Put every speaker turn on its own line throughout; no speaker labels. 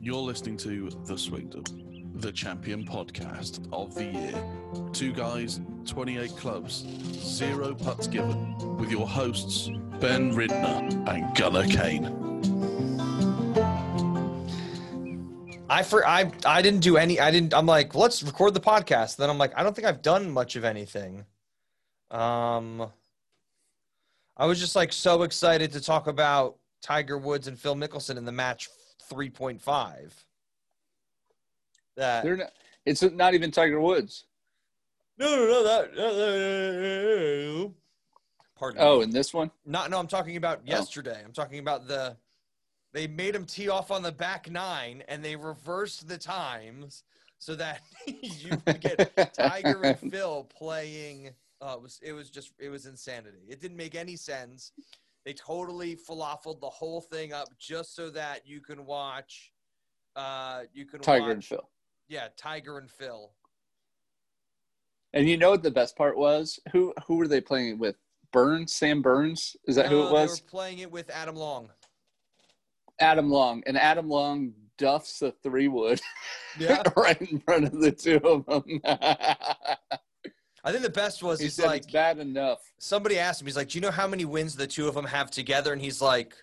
You're listening to The Swingdom, the champion podcast of the year. Two guys, 28 clubs, zero putts given, with your hosts, Ben Ridner and Gunnar Kane.
I for I I didn't do any. I didn't. I'm like, let's record the podcast. Then I'm like, I don't think I've done much of anything. Um, I was just like so excited to talk about Tiger Woods and Phil Mickelson in the match 3.5. That
They're not, it's not even Tiger Woods.
no no no that. no, no, no. Pardon.
Oh,
me.
in this one?
not no. I'm talking
Oh.
about yesterday. I'm talking about the. They made him tee off on the back nine, and they reversed the times so that you could get Tiger and Phil playing. Uh, it was it was just it was insanity. It didn't make any sense. They totally falafeled the whole thing up just so that you can watch. Uh, you can
Tiger and
watch,
Phil.
yeah, Tiger and Phil.
And you know what the best part was? Who who were they playing it with? Burns, Sam Burns? Is that who
No,
it was?
They were playing it with Adam Long.
Adam Long. And Adam Long duffs the three wood
Yeah,
right in front of the two of them.
I think the best was
he
he's
said
like
it's bad enough.
somebody asked him, he's like, Do you know how many wins the two of them have together? And he's like,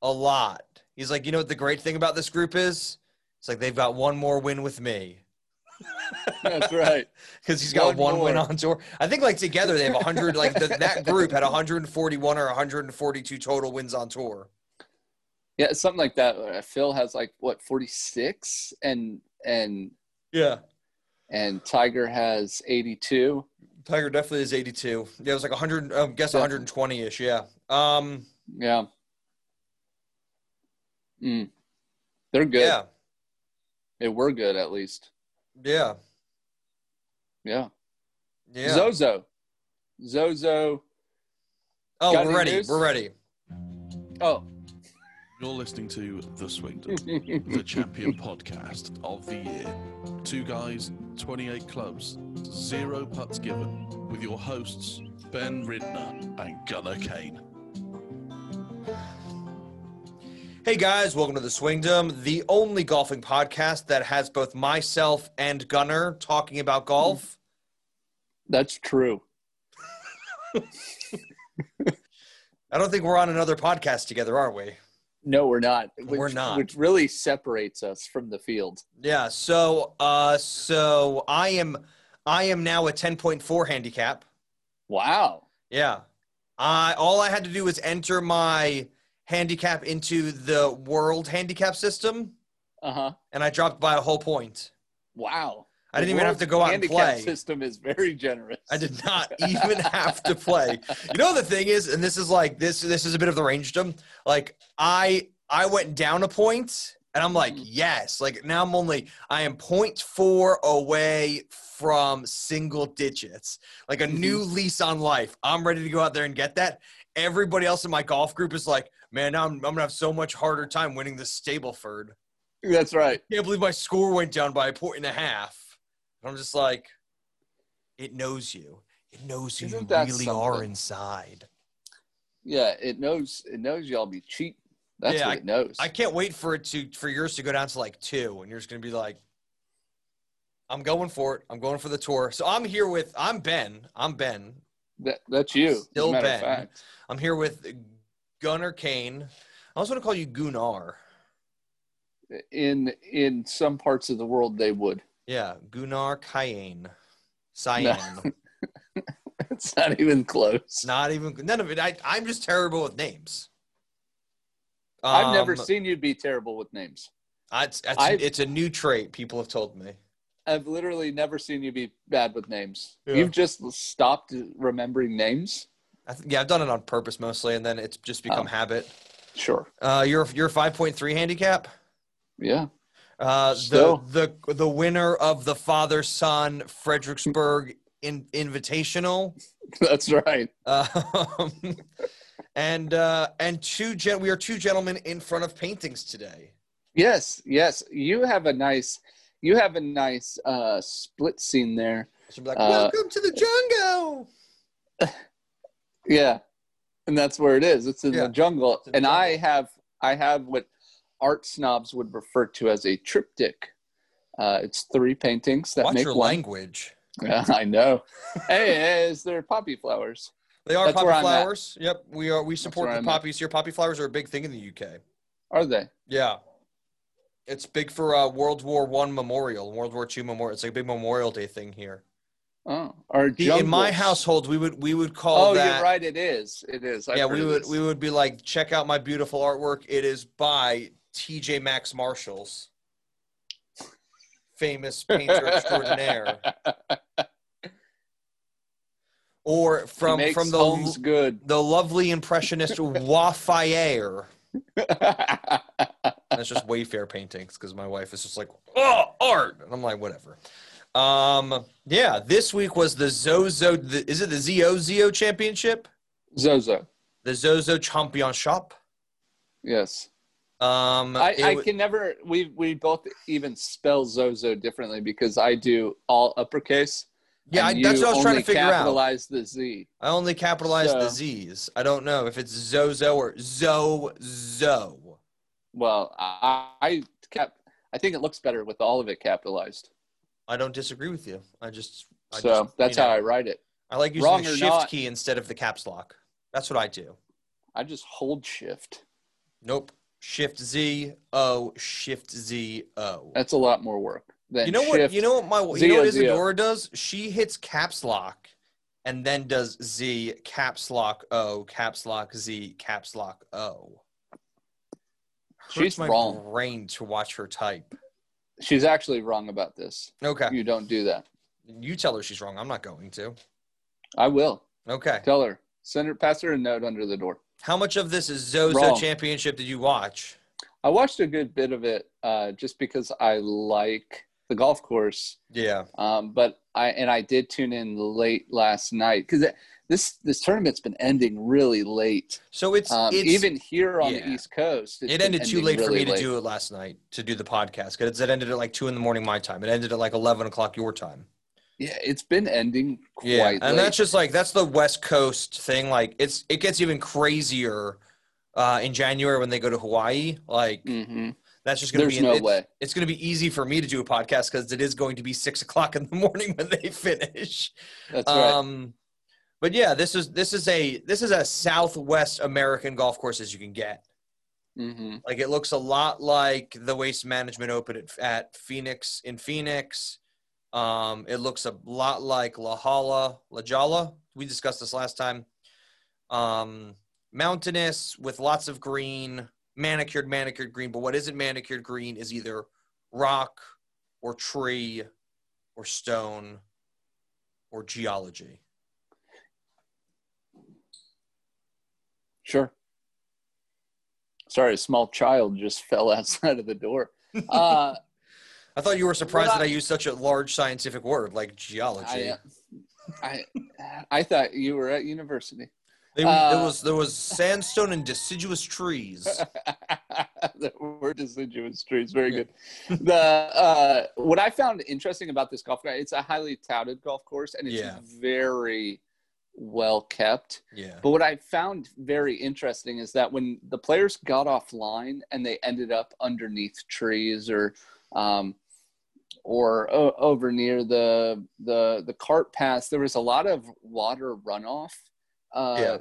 A lot. He's like, You know what the great thing about this group is? It's like they've got one more win with me.
That's right.
Because he's got one,
One
win
more.
on tour. I think like together they have 100, like the, that group had 141 or 142 total wins on tour.
Yeah, it's something like that. Uh, Phil has like what, forty six and and
Yeah.
and Tiger has eighty two.
Tiger definitely is 82. Yeah, it was like 100, I guess
Definitely.
120 ish. Yeah. Um,
Yeah. Mm. They're good.
Yeah.
They were good at least.
Yeah.
Yeah.
Yeah.
Zozo. Zozo.
oh,
got
we're
any
ready.
news?
We're ready.
Oh.
You're listening to The Swingdom, the champion podcast of the year. Two guys, 28 clubs, zero putts given, with your hosts, Ben Ridner and Gunnar Kane.
Hey guys, welcome to the Swingdom, the only golfing podcast that has both myself and Gunner talking about golf.
That's true.
I don't think we're on another podcast together, are we?
No, we're not. Which,
We're not.
Which really separates us from the field.
Yeah. So, uh, so I am, I am now a ten point four handicap.
Wow.
Yeah. I all I had to do was enter my handicap into the world handicap system,
Uh huh.
and I dropped by a whole point.
Wow.
I didn't
The
even have
world
to go out and
handicap
play.
system is very generous.
I did not even have to play. You know the thing is, and this is like this this is a bit of the rangedom. Like I I went down a point and I'm like,
Mhm.
yes. Like now I'm only I am 0.4 away from single digits. Like a new lease on life. I'm ready to go out there and get that. Everybody else in my golf group is like, man, now I'm, I'm gonna have so much harder time winning the Stableford.
That's right.
Can't believe my score went down by a point and a half. And I'm just like, it knows you. It knows who you
Isn't that
really are
something?
inside.
Yeah. It knows. It knows y'all be cheating. That's
Yeah,
what it knows.
I can't wait for it to for yours to go down to like two, and you're just gonna be like, I'm going for it. I'm going for the tour. So I'm here with I'm Ben. I'm Ben.
that, that's you. as a
Still
matter of
Ben.
fact.
I'm here with Gunnar Kane. I also want to call you Gunnar.
In in some parts of the world, they would.
Yeah, Gunnar Kayane. Cyan.
It's not even close.
Not even none of it. I, I'm just terrible with names.
I've never
Um,
seen you be terrible with names.
I- It's, it's,
I've-
it's a new trait people have told me.
I've literally never seen you be bad with names.
Yeah.
You've just stopped remembering names.
I th- yeah, I've done it on purpose mostly, and then it's just become
Oh.
habit.
Sure.
Uh, you're you're 5.3 handicap.
Yeah.
Uh, the
Still.
the the winner of the father son Fredericksburg in, Invitational,
That's right.
uh, and uh, and two gen we are two gentlemen in front of paintings today.
Yes. Yes. You have a nice you have a nice uh split scene there.
Should be like,
Uh,
welcome to the jungle.
Yeah. And that's where it is. It's in
Yeah.
the jungle.
It's in the
and I
jungle.
have I have what art snobs would refer to as a triptych. Uh, it's three paintings that
Watch
make
your
one.
language.
Yeah, I know. hey, hey, is there poppy flowers?
They are
That's
poppy
where I'm at.
flowers. Yep, we are. We support
where
the
I'm at.
poppies here. Poppy flowers are a big thing in the UK.
Are they?
Yeah, it's big for uh, World War One memorial, World War Two memorial. It's like a big Memorial Day thing here.
Oh, are
The- in my household, we would we would call
Oh,
that.
you're right. It is. It is. I've
yeah,
heard
we
of
would
this.
we would be like, check out my beautiful artwork. It is by T.J. Maxx Marshalls, famous painter extraordinaire, or
He
from
makes
from the
homes good.
the lovely impressionist Wayfair. That's just Wayfair paintings because my wife is just like, oh, art, and I'm like, whatever. Um, yeah, this week was the Zozo. The, is it the Zozo Championship?
Zozo.
The Zozo Championship.
Yes.
Um,
I,
it
I
wa-
can never. We we both even spell Zozo differently because I do all uppercase.
yeah, I,
and
that's
you
what I was trying to
only
figure out.
capitalize the Z.
I only capitalize the
So-
Z's. I don't know if it's Zozo or Zozo.
Well, I, I cap. I think it looks better with all of it capitalized.
I don't disagree with you. I just I
so
just,
that's
you know,
how I write it.
I like using
Wrong
the
or
shift
not.
key instead of the caps lock. That's what I do.
I just hold shift.
Nope. Shift Z O Shift Z O.
That's a lot more work than
You know what?
shift.
You know what my you know what
Z O.
Isadora does? She hits caps lock, and then does Z caps lock O caps lock Z caps lock O. Hurts
She's
my
wrong.
brain to watch her type.
She's actually wrong about this.
Okay,
You don't do that.
you tell her she's wrong. I'm not going to.
I will
Okay.
tell her. Send her. Pass her a note under the door.
How much of this is Zozo
Wrong.
Championship did you watch?
I watched a good bit of it uh, just because I like the golf course.
Yeah.
Um, but I and I did tune in late last night because this this tournament's been ending really late.
So it's
Um,
it's
even here on
yeah.
the East Coast, it's
it
been
ended too
ending
late for
really
me to do it last night to do the podcast because it ended at like two in the morning my time. It ended at like eleven o'clock your time.
Yeah, it's been ending quite
Yeah,
late.
and that's just like that's the West Coast thing. Like it's it gets even crazier uh, in January when they go to Hawaii. Like
hmm
that's just gonna
There's
be
no
it's,
way.
it's gonna be easy for me to do a podcast because it is going to be six o'clock in the morning when they finish.
That's right.
Um, but yeah, this is this is a this is as Southwest American golf course as you can get.
hmm
Like it looks a lot like the Waste Management Open at, at Phoenix in Phoenix. Um, it looks a lot like La Hala, La Jolla. We discussed this last time. Um, mountainous with lots of green, manicured, manicured green. But what isn't manicured green is either rock or tree or stone or geology.
Sure. Sorry, a small child just fell outside of the door. Uh,
I thought you were surprised
What
that I
I-
used such a large scientific word like geology.
I, uh, I, I thought you were at university.
They, there
Uh,
was there was sandstone and deciduous trees.
the word deciduous trees. Very
Yeah.
good. The uh, what I found interesting about this golf course, it's a highly touted golf course, and it's
Yeah.
very well kept.
Yeah.
But what I found very interesting is that when the players got offline and they ended up underneath trees or um, or o- over near the the the cart pass, there was a lot of water runoff uh,
Yeah.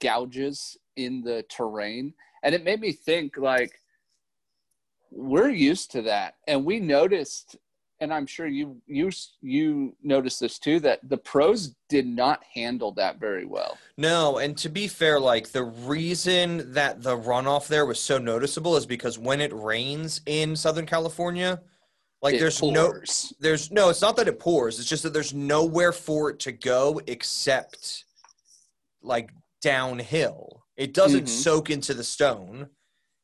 gouges in the terrain, and it made me think like we're used to that, and we noticed. And I'm sure you you you noticed this too that the pros did not handle that very well.
No, and to be fair, like the reason that the runoff there was so noticeable is because when it rains in Southern California, like
It
there's no
pours.
there's no it's not that it pours, it's just that there's nowhere for it to go except like downhill. It doesn't
Mhm.
soak into the stone.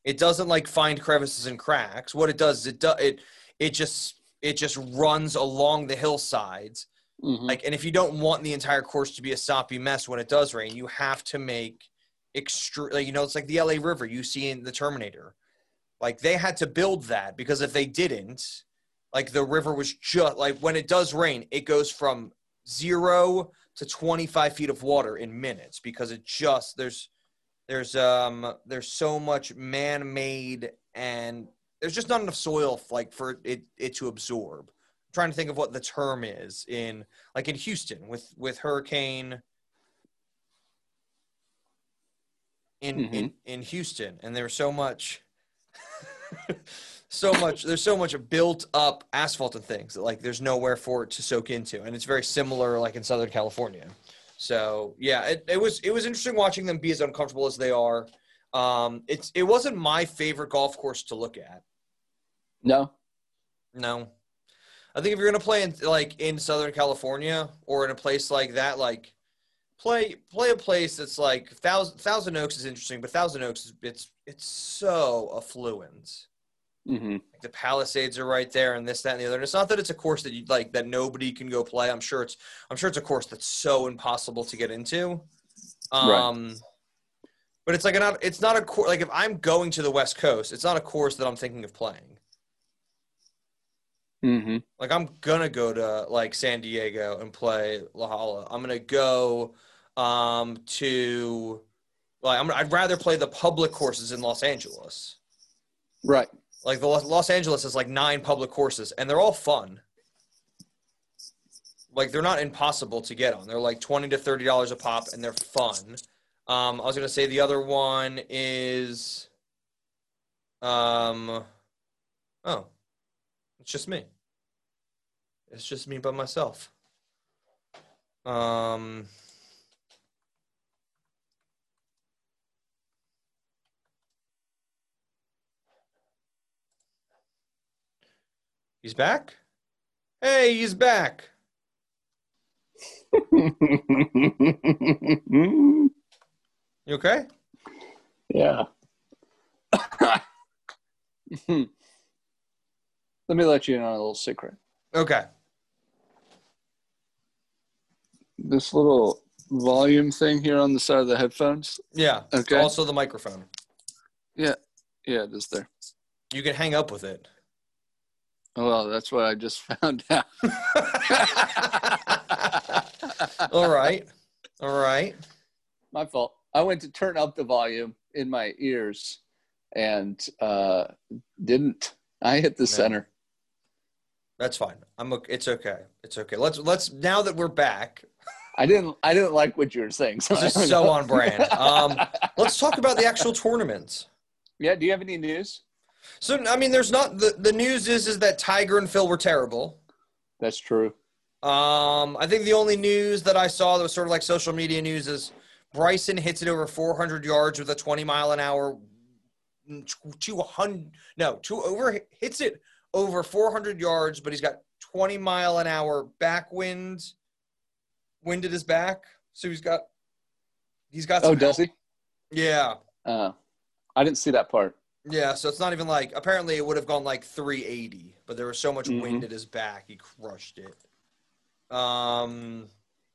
It doesn't like find crevices and cracks. What it does is it do, it it just it just runs along the hillsides
Mhm.
Like, and if you don't want the entire course to be a soppy mess when it does rain, you have to make extra. Like, you know, it's like the LA River you see in the Terminator. Like they had to build that because if they didn't, like the river was just like when it does rain, it goes from zero to twenty five feet of water in minutes because it just there's There's um there's so much man-made and there's just not enough soil f- like for it it to absorb. I'm trying to think of what the term is in like in Houston with with hurricane in in, in Houston and there's so much so much there's so much built up asphalt and things that like there's nowhere for it to soak into and it's very similar like in southern california so yeah it, it was it was interesting watching them be as uncomfortable as they are um it's it wasn't my favorite golf course to look at
No.
no i think if you're gonna play in like in southern california or in a place like that like play play a place that's like thousand thousand oaks is interesting but thousand oaks is it's it's so affluent
hmm
like the Palisades are right there, and this, that, and the other. And it's not that it's a course that you like that nobody can go play. I'm sure it's I'm sure it's a course that's so impossible to get into. Um, But it's like not it's not a course like if I'm going to the West Coast, it's not a course that I'm thinking of playing.
hmm
Like I'm gonna go to like San Diego and play La Jolla. I'm gonna go um, to like I'm, I'd rather play the public courses in Los Angeles.
Right.
Like the Los, Los Angeles is like nine public courses, and they're all fun. Like they're not impossible to get on. They're like twenty to thirty dollars a pop, and they're fun. Um, I was gonna say the other one is, um, oh, it's just me. It's just me by myself. Um. He's back? Hey, he's back. You okay?
yeah. let me let you in on a little secret.
Okay.
This little volume thing here on the side of the headphones.
Yeah.
Okay.
Also the microphone.
Yeah, it is there.
You can hang up with it.
Oh, Well, that's what I just found out.
All right. All right.
my fault. I went to turn up the volume in my ears and uh, didn't. I hit the
No.
center.
That's fine. I'm okay. It's okay. It's okay. Let's let's now that we're back.
I didn't. I didn't like what you were saying. So I
This
hung
is so
up.
on brand. Um, let's talk about the actual tournaments.
yeah. Do you have any news?
So I mean, there's not the the news is is that Tiger and Phil were terrible.
That's true.
Um, I think the only news that I saw that was sort of like social media news is Bryson hits it over 400 yards with a 20 mile an hour, mm, 200 no, two over hits it over 400 yards, but he's got 20 mile an hour back wind, wind at his back, so he's got he's got
Oh,
some
does he?
yeah
Uh, I didn't see that part.
yeah. So it's not even like apparently it would have gone like 380, but there was so much
Mm-hmm.
wind at his back, he crushed it. Um.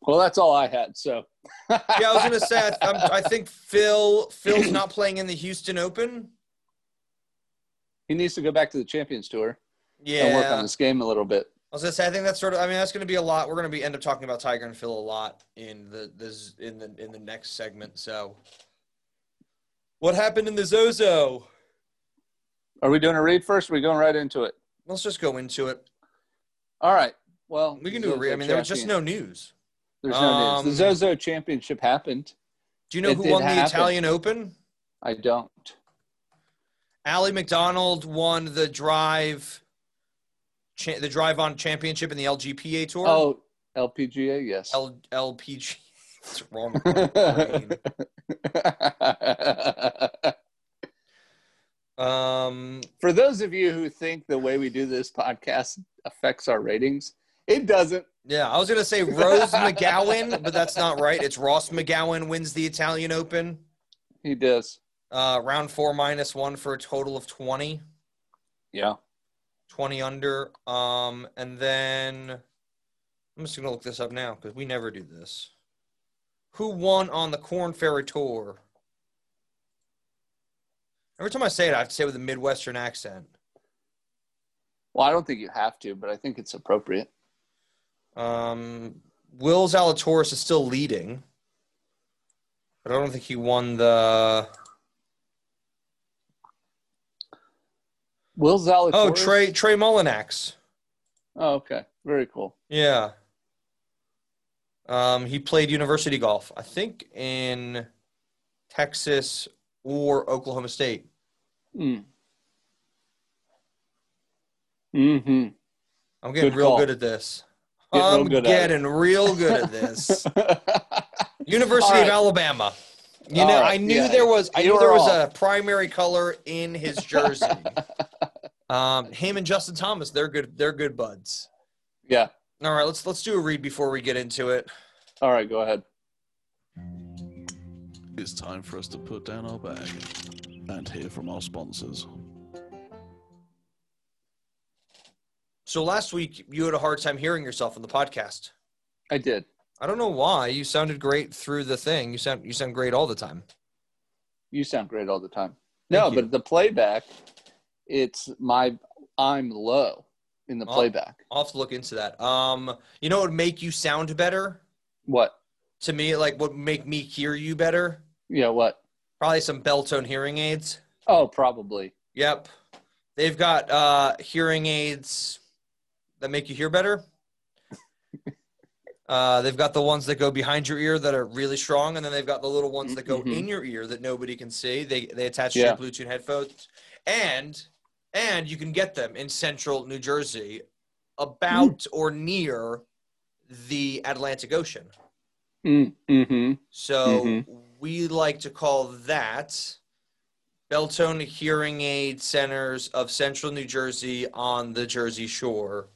Well, that's all I had. So.
yeah, I was gonna say I, I'm, I think Phil Phil's not playing in the Houston Open.
he needs to go back to the Champions Tour and work on
Yeah, I
this game a little bit.
was gonna say I think that's sort of. I mean, that's gonna be a lot. We're gonna be end up talking about Tiger and Phil a lot in the this in the in the next segment. So, what happened in the Zozo?
Are we doing a read first? Or are we going right into it?
Let's just go into it.
All right. Well,
We can do a re- I mean, there was just no news.
There's no
um,
news. The Zozo Championship happened.
Do you know
It
who
did
won the
happen.
Italian Open?
I don't.
Allie McDonald won the drive, cha- the drive on championship in the LGPA tour.
Oh, LPGA, yes.
L- LPG. It's wrong. Um,
For those of you who think the way we do this podcast affects our ratings, it doesn't.
yeah, I was gonna say Rose McGowan, but that's not right. It's Ross McGowan wins the Italian Open,
He does.
uh, round four minus one for a total of 20,
Yeah.
20 under. Um, and then I'm just gonna look this up now because we never do this. Who won on the Corn Ferry Tour? Every time I say it, I have to say it with a Midwestern accent.
Well, I don't think you have to, but I think it's appropriate.
Um, Will Zalatoris is still leading. but I don't think he won the.
Will Zalatoris.
Oh, Trey Trey Mullinax.
Oh, okay. Very cool.
Yeah. Um, he played university golf, I think, in Texas or Oklahoma State.
Mm. Hmm.
I'm getting
Good
real
call.
good at this.
Get real
I'm
good at it.
getting real good at this. University
All right.
of Alabama. You
All
know,
right,
I knew
yeah.
there was I
You
knew there
were
was
off.
a primary color in his jersey. um, him and Justin Thomas, they're good. They're good buds.
yeah.
All right, let's let's do a read before we get into it.
All right. Go ahead.
It's time for us to put down our bag and hear from our sponsors.
So last week you had a hard time hearing yourself on the podcast.
I did.
I don't know why. You sounded great through the thing. You sound you sound great all the time.
You sound great all the time. No,
you.
but the playback, it's my I'm low in the
Oh.
playback.
I'll have to look into that. Um, you know what would make you sound better?
What?
To me, like what would make me hear you better?
Yeah. What?
Probably some Beltone hearing aids.
Oh, probably.
Yep. They've got uh, hearing aids that make you hear better. uh, they've got the ones that go behind your ear that are really strong, and then they've got the little ones that go
Mhm.
in your ear that nobody can see. They they attach
Yeah.
to your Bluetooth headphones, and and you can get them in Central New Jersey, about or near the Atlantic Ocean.
Mm, hmm
So
Mhm.
we like to call that Beltone Hearing Aid Centers of Central New Jersey on the Jersey Shore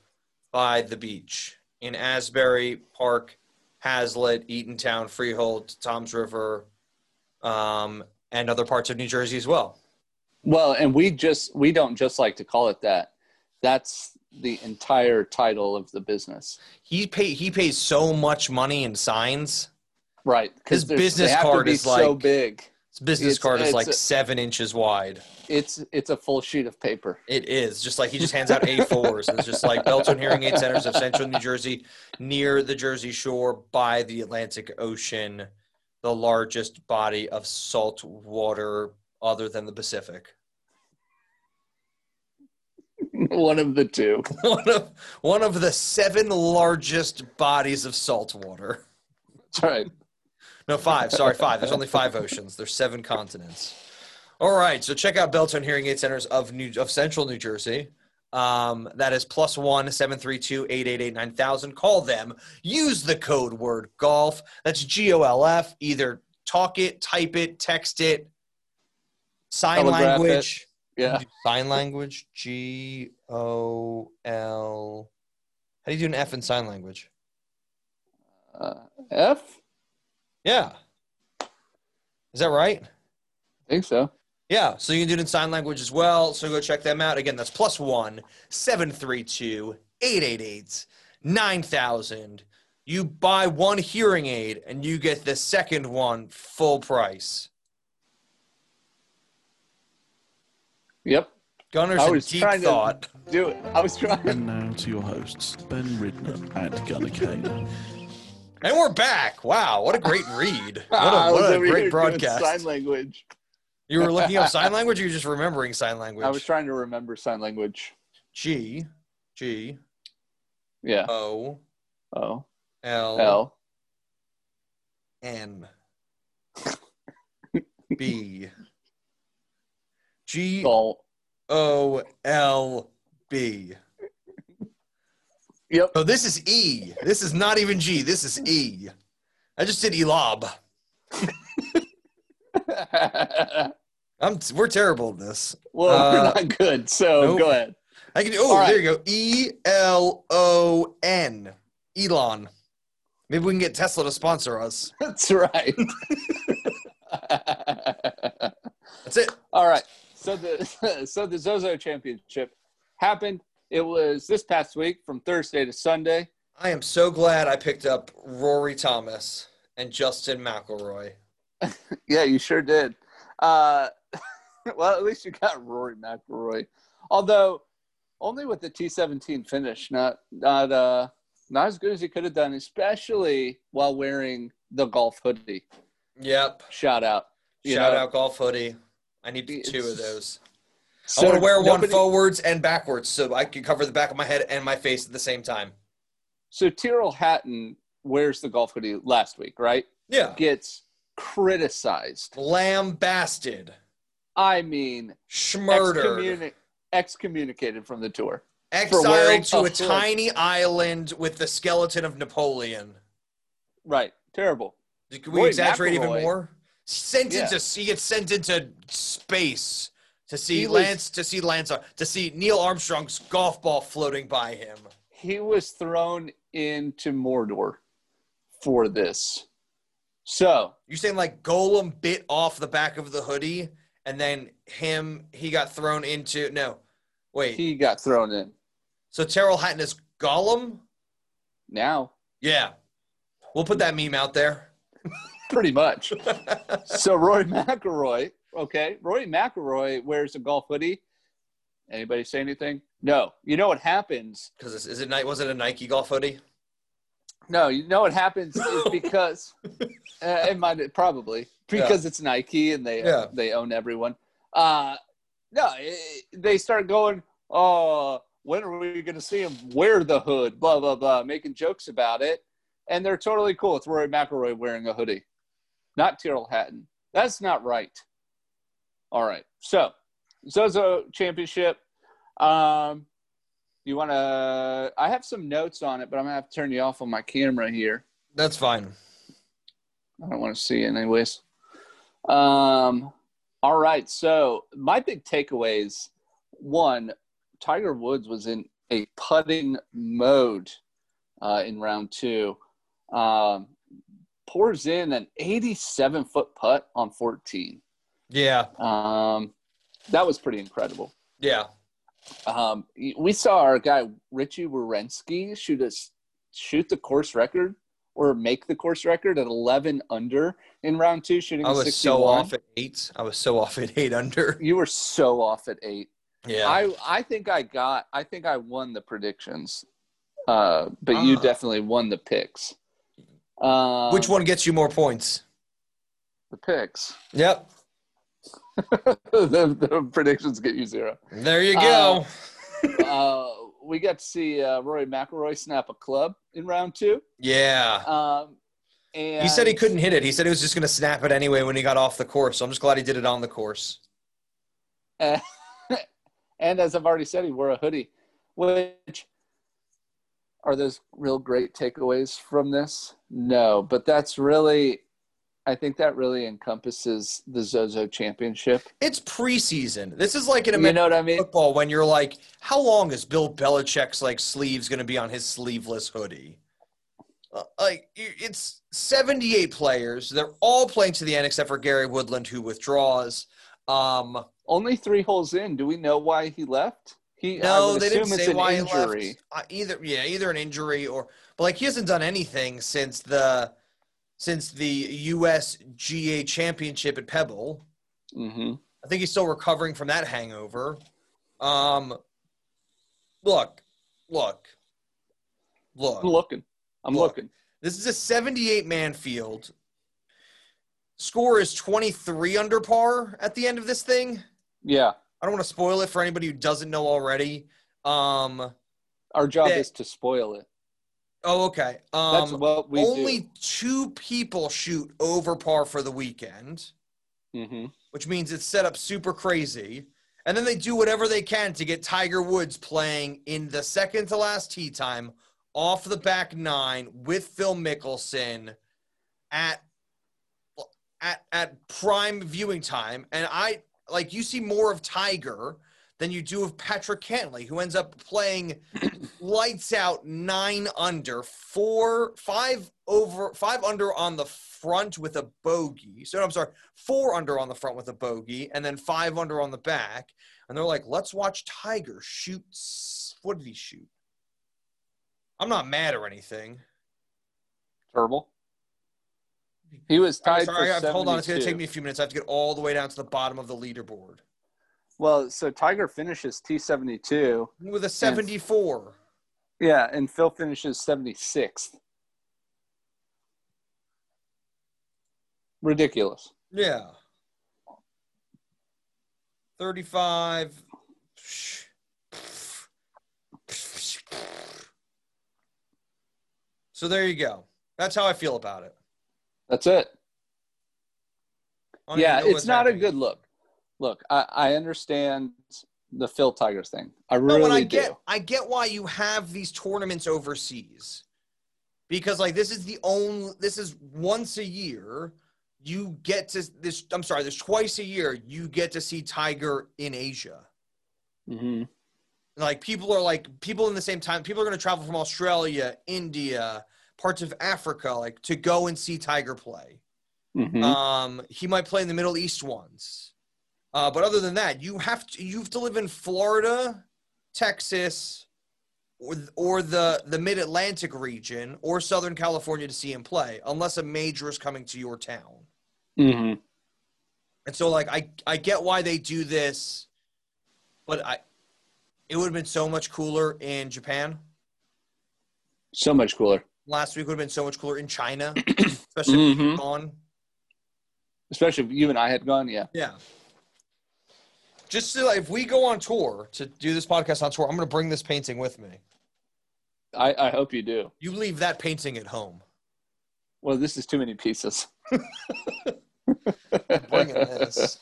by the beach in Asbury Park, Hazlitt, Eatontown, Freehold, Toms River, um, and other parts of New Jersey as well.
Well, and we just we don't just like to call it that. That's the entire title of the business,
He pay he pays so much money in signs.
right?
His
there's-
business
they have to
card
be
is
so
like-
big.
His business
It's-
card is
it's
like
a-
seven inches wide.
It's it's a full sheet of paper.
It is just like he just hands out A4s. and It's just like Belton Hearing Aid Centers of Central New Jersey, near the Jersey Shore, by the Atlantic Ocean, the largest body of salt water other than the Pacific.
One of the two.
One of one of the seven largest bodies of salt water.
That's right.
No, five. Sorry, five. There's only five oceans. There's seven continents. All right. So check out Belton Hearing Aid Centers of New of Central New Jersey. Um, that is plus one seven three two eight eight eight nine thousand. Call them. Use the code word golf. That's G O L F. Either talk it, type it, text it, sign
Telegraph it.
language.
Yeah.
Sign language. G O L. How do you do an F in sign language?
Uh, F.
Yeah. Is that right?
I think so.
Yeah, so you can do it in sign language as well. So go check them out. Again, that's plus one seven three two eight eight eight nine thousand. You buy one hearing aid and you get the second one full price.
Yep.
Gunner's
I
a
was
deep
trying to-
thought.
Do it. I was trying.
And now to your hosts, Ben Ridner and Gunnar Kane.
And we're back. Wow, what a great read. What
I
a,
was
what a
over
great
here doing Sign
broadcast.
language.
You were looking up sign language or you were just remembering sign language?
I was trying to remember sign language.
G, G,
Yeah.
O, Uh,
Oh.
L,
L.
N B G
Sol.
O L B.
Yep.
So this is E. This is not even G. This is E. I just did E elob. I'm we're terrible at this.
well,
Uh,
we're not good. So
nope.
go ahead.
I can oh
All right.
there you go. E L O N. Elon. Maybe we can get Tesla to sponsor us.
That's right.
That's it.
All right. So the so the Zozo Championship happened. It was this past week from Thursday to Sunday.
I am so glad I picked up Rory Thomas and Justin McElroy.
Yeah, you sure did. Uh, well, at least you got Rory McIlroy, although only with the T17 finish, not not uh, not as good as he could have done, especially while wearing the golf hoodie.
Yep.
Shout out. You
Shout
know,
out golf hoodie. I need two of
It's-
those.
So
I want to wear one
nobody-
forwards and backwards so I can cover the back of my head and my face at the same time.
So Tyrrell Hatton wears the golf hoodie last week, right?
Yeah.
Gets criticized.
Lambasted.
I mean,
Schmurdered.
excommuni- excommunicated from the tour. for wearing
Exiled to
a
a
hood.
tiny island with the skeleton of Napoleon.
Right. Terrible.
Can we
Roy
exaggerate even
McIlroy.
more? Sent
Yeah.
into he gets sent into space to see
He was-
Lance to see Lance Ar- to see Neil Armstrong's golf ball floating by him.
He was thrown into Mordor for this. So
You saying like Golem bit off the back of the hoodie and then him he got thrown into no wait
he got thrown in.
so Terrell Hatton is Gollum
Now,
yeah we'll put that meme out there
pretty much. so Roy McIlroy, okay, Roy McIlroy wears a golf hoodie. Anybody say anything? No. You know what happens?
because is it night was it a Nike golf hoodie
No. You know what happens is because uh, it might probably because it's Nike and they
Yeah.
they own everyone. Uh, no, it, they start going. Oh, when are we going to see him wear the hood? Blah blah blah, making jokes about it, and they're totally cool with Roy McIlroy wearing a hoodie, not Tyrrell Hatton. That's not right. All right, so Zozo Championship. Um, you want to? I have some notes on it, but I'm gonna have to turn you off on my camera here.
that's fine
I don't want to see it anyways. Um, all right. So my big takeaways: one, Tiger Woods was in a putting mode uh, in round two. Um, pours in an 87 foot putt on 14.
yeah
Um, that was pretty incredible.
yeah
Um, we saw our guy Richie Wierenski shoot us shoot the course record or make the course record at 11 under in round two, shooting.
I
a
was
61.
so off at eight. I was so off at eight under.
You were so off at eight.
Yeah.
I I think I got. I think I won the predictions, uh, but you
Ah.
definitely won the picks. Um,
Which one gets you more points?
The picks.
Yep.
the, the predictions get you zero.
There you
Uh,
go.
uh, we got to see uh, Rory McIlroy snap a club in round two.
yeah.
Um, and
He said he couldn't hit it. He said he was just going to snap it anyway when he got off the course. So I'm just glad he did it on the course.
and as I've already said, he wore a hoodie. Which are those real great takeaways from this? No, but that's really, I think that really encompasses the Zozo Championship.
It's preseason. This is like in
You
American
know what I mean?
football when you're like, how long is Bill Belichick's like sleeves going to be on his sleeveless hoodie? Uh, Like you- it's 78 players. They're all playing to the end except for Gary Woodland, who withdraws. Um,
Only three holes in. Do we know why he left? He I
No,
would
they didn't
assume it's
say
an
why
injury.
he left. Uh, either yeah, either an injury or but like he hasn't done anything since the since the USGA championship at Pebble.
hmm
I think he's still recovering from that hangover. Um look, look. Look.
I'm looking. I'm
Look.
looking.
This is a 78 man field. Score is 23 under par at the end of this thing.
Yeah,
I don't want to spoil it for anybody who doesn't know already. Um
our job
That-
is to spoil it.
Oh, okay.
That's
Um,
what we
only two people shoot over par for the weekend,
do. hmm
which means it's set up super crazy. And then they do whatever they can to get Tiger Woods playing in the second to last tee time off the back nine with Phil Mickelson at at at prime viewing time. And I like you see more of Tiger than you do of Patrick Cantley, who ends up playing lights out nine under, four, five over, five under on the front with a bogey. So I'm sorry, four under on the front with a bogey, and then five under on the back. And they're like, let's watch Tiger shoot. s- What did he shoot? I'm not mad or anything.
Terrible. He was
I'm
tied
sorry,
for
I- hold on. It's going to
72.
take me a few minutes. I have to get all the way down to the bottom of the leaderboard
Well, so Tiger finishes T seventy two.
with a 74.
Yeah, and Phil finishes seventy sixth. Ridiculous.
Yeah. 35. So there you go. That's how I feel about it.
That's it.
I don't
Yeah,
even know
it's
what's
not a
happening.
good look. Look, I, I understand the Phil Tiger thing. I
No,
really
and I
do.
get I get why you have these tournaments overseas. Because like this is the only this is once a year you get to this I'm sorry, there's twice a year you get to see Tiger in Asia.
Mhm.
Like people are like people in the same time people are going to travel from Australia, India, parts of Africa like to go and see Tiger play.
Mhm.
Um, he might play in the Middle East once. Uh, but other than that, you have to you have to live in Florida, Texas, or or the the Mid Atlantic region or Southern California to see him play, unless a major is coming to your town.
Mhm.
And so, like, I I get why they do this, but I it would have been so much cooler in Japan.
So much cooler.
Last week would have been so much cooler in China, especially
Mhm.
if on.
Especially if you and I had gone, yeah.
Yeah. Just so, like, if we go on tour to do this podcast on tour, I'm going to bring this painting with me.
I, I hope you do.
You leave that painting at home.
Well, this is too many pieces.
I'm Bringing this.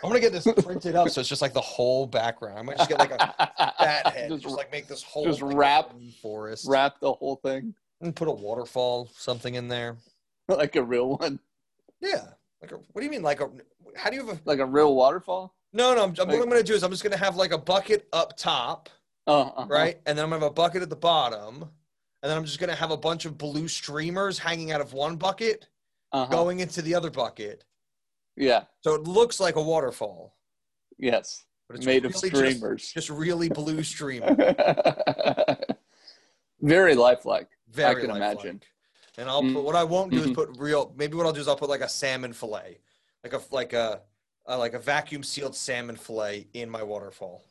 I'm going to get this printed up so it's just like the whole background. I might just get like a bat head, just,
Just
like make this whole
just
like,
wrap-
forest
wrap the whole thing
and put a waterfall something in there.
like a real one,
Yeah. Like, a, what do you mean? Like, a, how do you have a?
like a real waterfall.
No, no. I'm, I'm- what
Like-
I'm going to do is I'm just going to have like a bucket up top.
Oh, uh-huh.
right? And then I'm gonna have a bucket at the bottom, and then I'm just gonna have a bunch of blue streamers hanging out of one bucket
Uh-huh.
going into the other bucket.
Yeah.
So it looks like a waterfall,
Yes.
but it's
Made of
really
streamers.
Just, just really blue streamers.
Very lifelike.
Very
can
lifelike.
imagine.
And I'll
Mm.
put what I won't do is
Mhm.
put real. Maybe what I'll do is I'll put like a salmon fillet, like a like a, a like a vacuum sealed salmon fillet in my waterfall,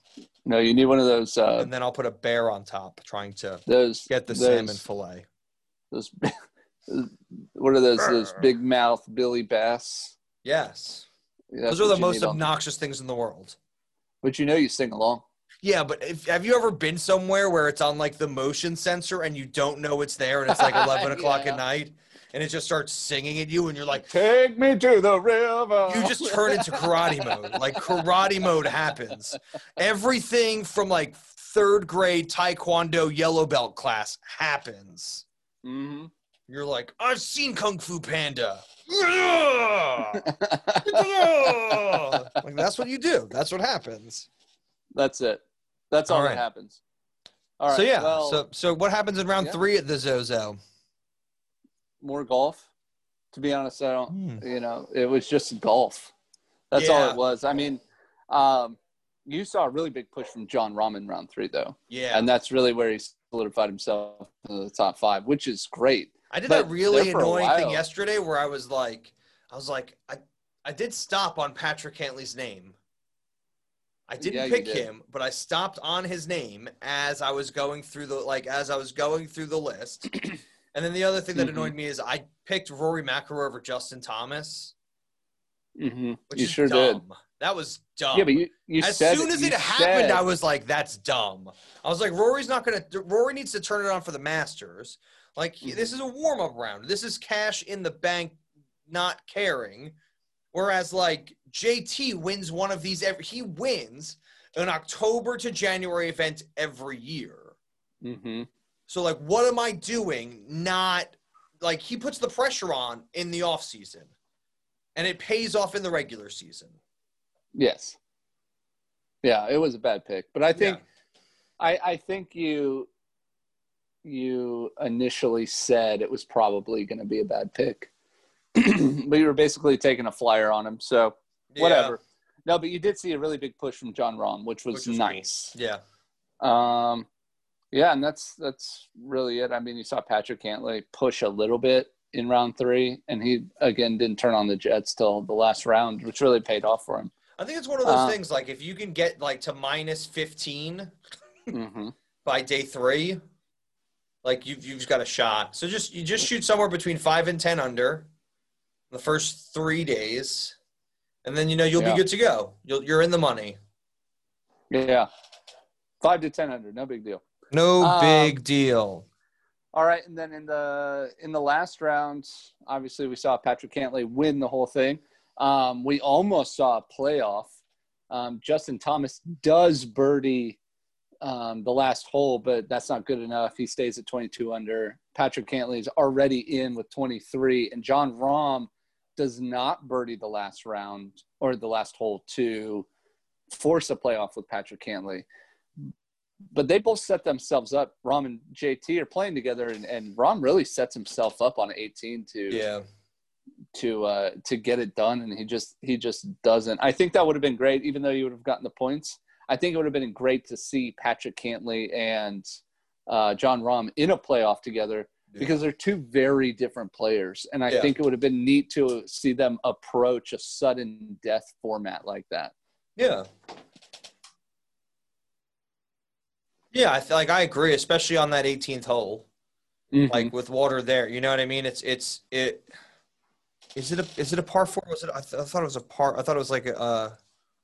No, you need one of those. Uh,
and then I'll put a bear on top trying to
those
get the
those,
salmon fillet.
Those, what are those? Those big mouth Billy Bass.
Yes,
That's
those are
what
the
you
most
need on-
obnoxious things in the world.
But you know, you sing along.
Yeah, but if, have you ever been somewhere where it's on like the motion sensor and you don't know it's there and it's like 11 o'clock
Yeah.
at night and it just starts singing at you and you're like,
Take me to the river.
you just turn into karate mode. Like karate mode happens. Everything from like third grade taekwondo yellow belt class happens. Mm-hmm.
hmm
You're like, I've seen Kung Fu Panda. like that's what you do. That's what happens.
That's it. That's all,
All
that
right.
happens. All right.
so yeah.
well,
so so what happens in round
yeah.
three at the Zozo?
more golf. To be honest, I don't.
Hmm.
You know, it was just golf. That's all
Yeah.
it was. I mean, um, you saw a really big push from John Rahm in round three, though,
Yeah.
and that's really where he solidified himself in the top five, which is great.
I did
But
that really
there for a
annoying thing
while-
yesterday where I was like, I was like, I, I did stop on Patrick Cantley's name. I didn't
Yeah, you
pick
did.
him, but I stopped on his name as I was going through the like as I was going through the list. and then the other thing that
Mhm.
annoyed me is I picked Rory McIlroy over Justin Thomas,
Mm-hmm.
which
You
is
sure
dumb.
did.
That was dumb.
Yeah, but you, you
Oh. as
said
soon as
you
it happened,
said-
I was like, "That's dumb." I was like, "Rory's not gonna. Rory needs to turn it on for the Masters. Like he- this is a warm up round. This is cash in the bank, not caring." Whereas like JT wins one of these every. He wins an October to January event every year.
Mhm.
So like, what am I doing? Not like he puts the pressure on in the off season, and it pays off in the regular season.
Yes. Yeah, it was a bad pick, but I think
Yeah.
I, I think you you initially said it was probably going to be a bad pick, but you were basically taking a flyer on him. So whatever. No, but you did see a really big push from John Rahm, which was
Which was
nice.
Yeah.
Um, yeah, and that's that's really it. I mean, you saw Patrick Cantley push a little bit in round three, and he again didn't turn on the Jets till the last round, which really paid off for him.
I think it's one of those
Uh,
things like if you can get like to minus 15
hmm
by day 3 like you've you've got a shot. So just you just shoot somewhere between 5 and 10 under the first three days, and then you know you'll
Yeah.
be good to go. You'll, you're in the money.
Yeah. Five to ten hundred, no big deal.
No
Um,
big deal.
All right, and then in the in the last round, obviously we saw Patrick Cantley win the whole thing. Um, we almost saw a playoff. Um, Justin Thomas does birdie um, the last hole, but that's not good enough. He stays at 22 under. Patrick Cantley is already in with 23, and John Rahm does not birdie the last round or the last hole to force a playoff with Patrick Cantley but they both set themselves up. Rom and JT are playing together, and, and Rom really sets himself up on 18 to
Yeah.
to uh, to get it done, and he just he just doesn't. I think that would have been great, even though you would have gotten the points. I think it would have been great to see Patrick Cantley and uh, John Rom in a playoff together
Yeah.
because they're two very different players, and I
Yeah.
think it would have been neat to see them approach a sudden death format like that.
Yeah. Yeah, I feel like I agree, especially on that 18th hole,
Mm-hmm.
like with water there. You know what I mean? It's it's it. Is it a is it a par four? Was it? I, th- I thought it was a par. I thought it was like a a,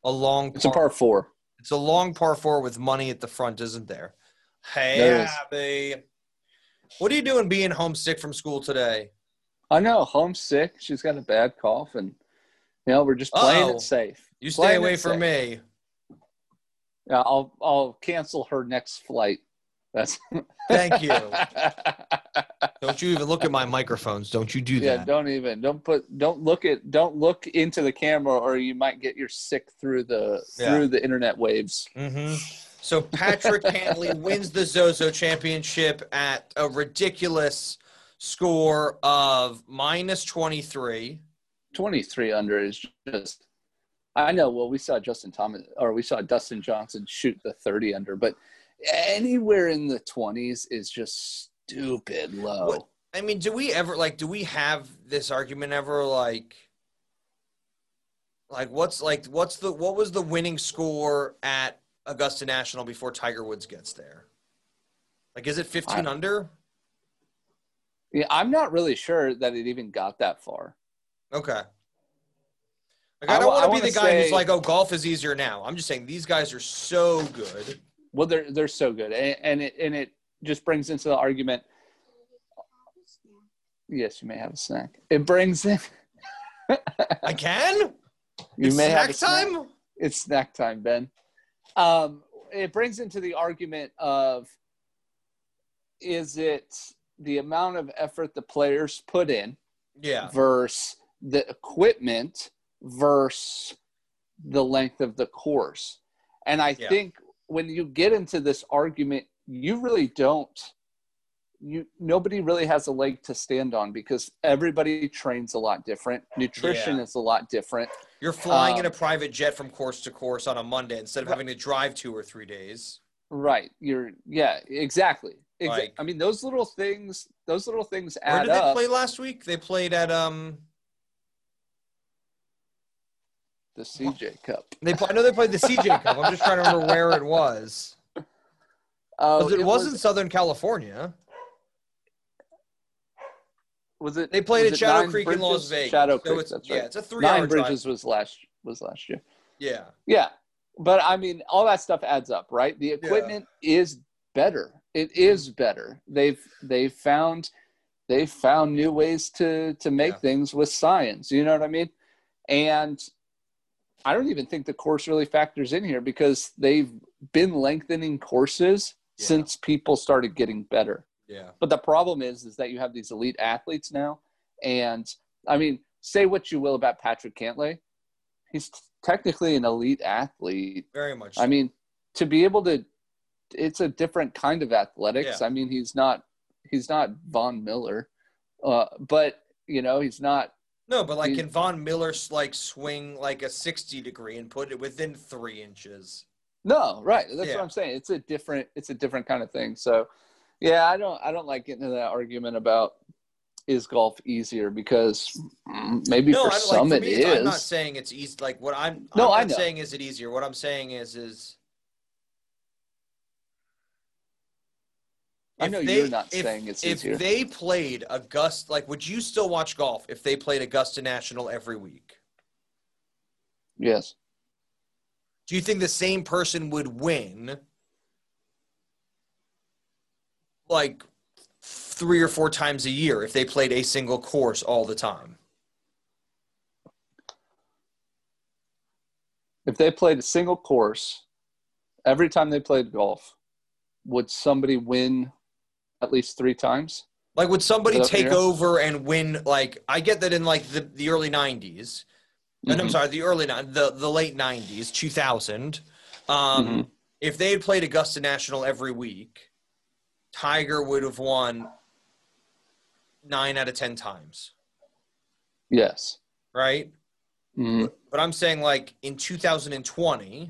a long.
it's a par four.
It's a long par four with money at the front, isn't there? Hey,
There is.
Abby, what are you doing being homesick from school today?
I know, homesick. She's got a bad cough, and you know we're just playing
Uh-oh.
it safe.
Oh. You
Playing
stay
it
away from me.
Yeah, I'll I'll cancel her next flight. That's
Thank you. don't you even look at my microphones. Don't you do
yeah.
that.
Don't even don't put don't look at don't look into the camera, or you might get your sick through the
Yeah.
through the internet waves.
hmm So Patrick Cantley wins the Zozo Championship at a ridiculous score of minus 23.
Twenty three under is just. I know. Well, we saw Justin Thomas, or we saw Dustin Johnson shoot the thirty under, but anywhere in the twenties is just stupid low.
What- I mean, do we ever like do we have this argument ever like like what's like what's the what was the winning score at Augusta National before Tiger Woods gets there? Like is it 15 under?
Yeah, I'm not really sure that it even got that far.
Okay. Like,
I
I don't
wa- I
want to be
wanna
the guy who's
say-
like, "Oh, golf is easier now." I'm just saying these guys are so good.
Well, they're they're so good, and, and it and it just brings into the argument. Yes, you may have a snack. It brings in.
I can.
You
it's
may
snack
have a snack.
time.
It's snack time, Ben. Um, it brings into the argument of is it the amount of effort the players put in
Yeah,
versus the equipment versus the length of the course. And I
Yeah.
think when you get into this argument, you really don't you nobody really has a leg to stand on because everybody trains a lot different. Nutrition
Yeah.
is a lot different.
you're flying in
Um,
a private jet from course to course on a Monday instead of having to drive two or three days.
Right. You're yeah, exactly. Exa-
Like-
I mean those little things those little things
Where
add
did they
up.
play last week? They played at um.
the CJ Cup.
They pl- I know they played the CJ Cup. I'm just trying to remember where it was.
Oh,
'Cause it, wasn't
was,
Southern California.
was it
They played
was
at
it
Shadow
Nine
Creek in Las
Bridges?
Vegas.
Shadow
So
Creek,
it's-
that's
yeah,
right.
it's a three-hour
Nine
drive.
Bridges was last was last year.
Yeah,
Yeah, but I mean, all that stuff adds up, right? The equipment is better. It
Mm-hmm.
is better. They've they've found they've found new ways to to make
Yeah.
things with science. You know what I mean? And I don't even think the course really factors in here because they've been lengthening courses
Yeah.
since people started getting better.
yeah,
But the problem is, is that you have these elite athletes now, and I mean, say what you will about Patrick Cantlay, he's technically an elite athlete.
very much.
I mean, to be able to, it's a different kind of athletics. I mean, he's not, he's not Von Miller, uh, but you know, he's not.
No, but like
He's-
can Von Miller s- like swing like a sixty degree and put it within three inches?
No, right. That's
Yeah.
what I'm saying. It's a different, it's a different kind of thing. So, yeah, I don't, I don't like getting into that argument about is golf easier because mm, maybe
no,
for
I,
some
like,
it
for me,
is.
I'm not saying it's easy. Like what I'm,
No,
I'm
I
not
know.
saying is it easier. What I'm saying is is
I know you're not saying it's
if
easier.
they played Augusta, like, would you still watch golf if they played Augusta National every week?
yes.
Do you think the same person would win like three or four times a year if they played a single course all the time?
If they played a single course, every time they played golf, would somebody win at least three times?
Like, would somebody
Is that what
take
you're-
over and win? Like, I get that in like the, the early 90s. And I'm
Mhm.
sorry, the early ni- the the late '90s, 2000. Um,
Mhm.
If they had played Augusta National every week, Tiger would have won nine out of ten times,
Yes.
right?
Mhm.
But I'm saying like in 2020,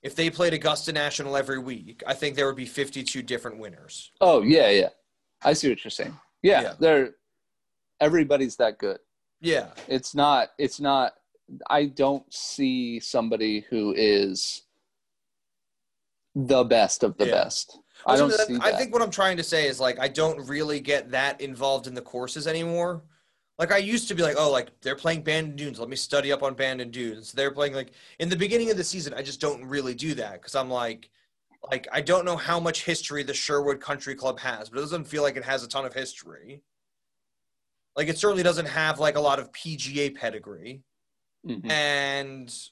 if they played Augusta National every week, I think there would be 52 different winners.
Oh yeah, yeah. I see what you're saying. Yeah,
Yeah.
they're everybody's that good.
Yeah,
It's not. It's not. I don't see somebody who is the best of the
Yeah.
best. I don't
That's-
see that.
I think what I'm trying to say is like I don't really get that involved in the courses anymore. Like I used to be like, oh, like they're playing Band and Dunes. Let me study up on Band and Dunes. They're playing like in the beginning of the season. I just don't really do that because I'm like, like I don't know how much history the Sherwood Country Club has, but it doesn't feel like it has a ton of history. Like it certainly doesn't have like a lot of PGA pedigree
Mhm.
and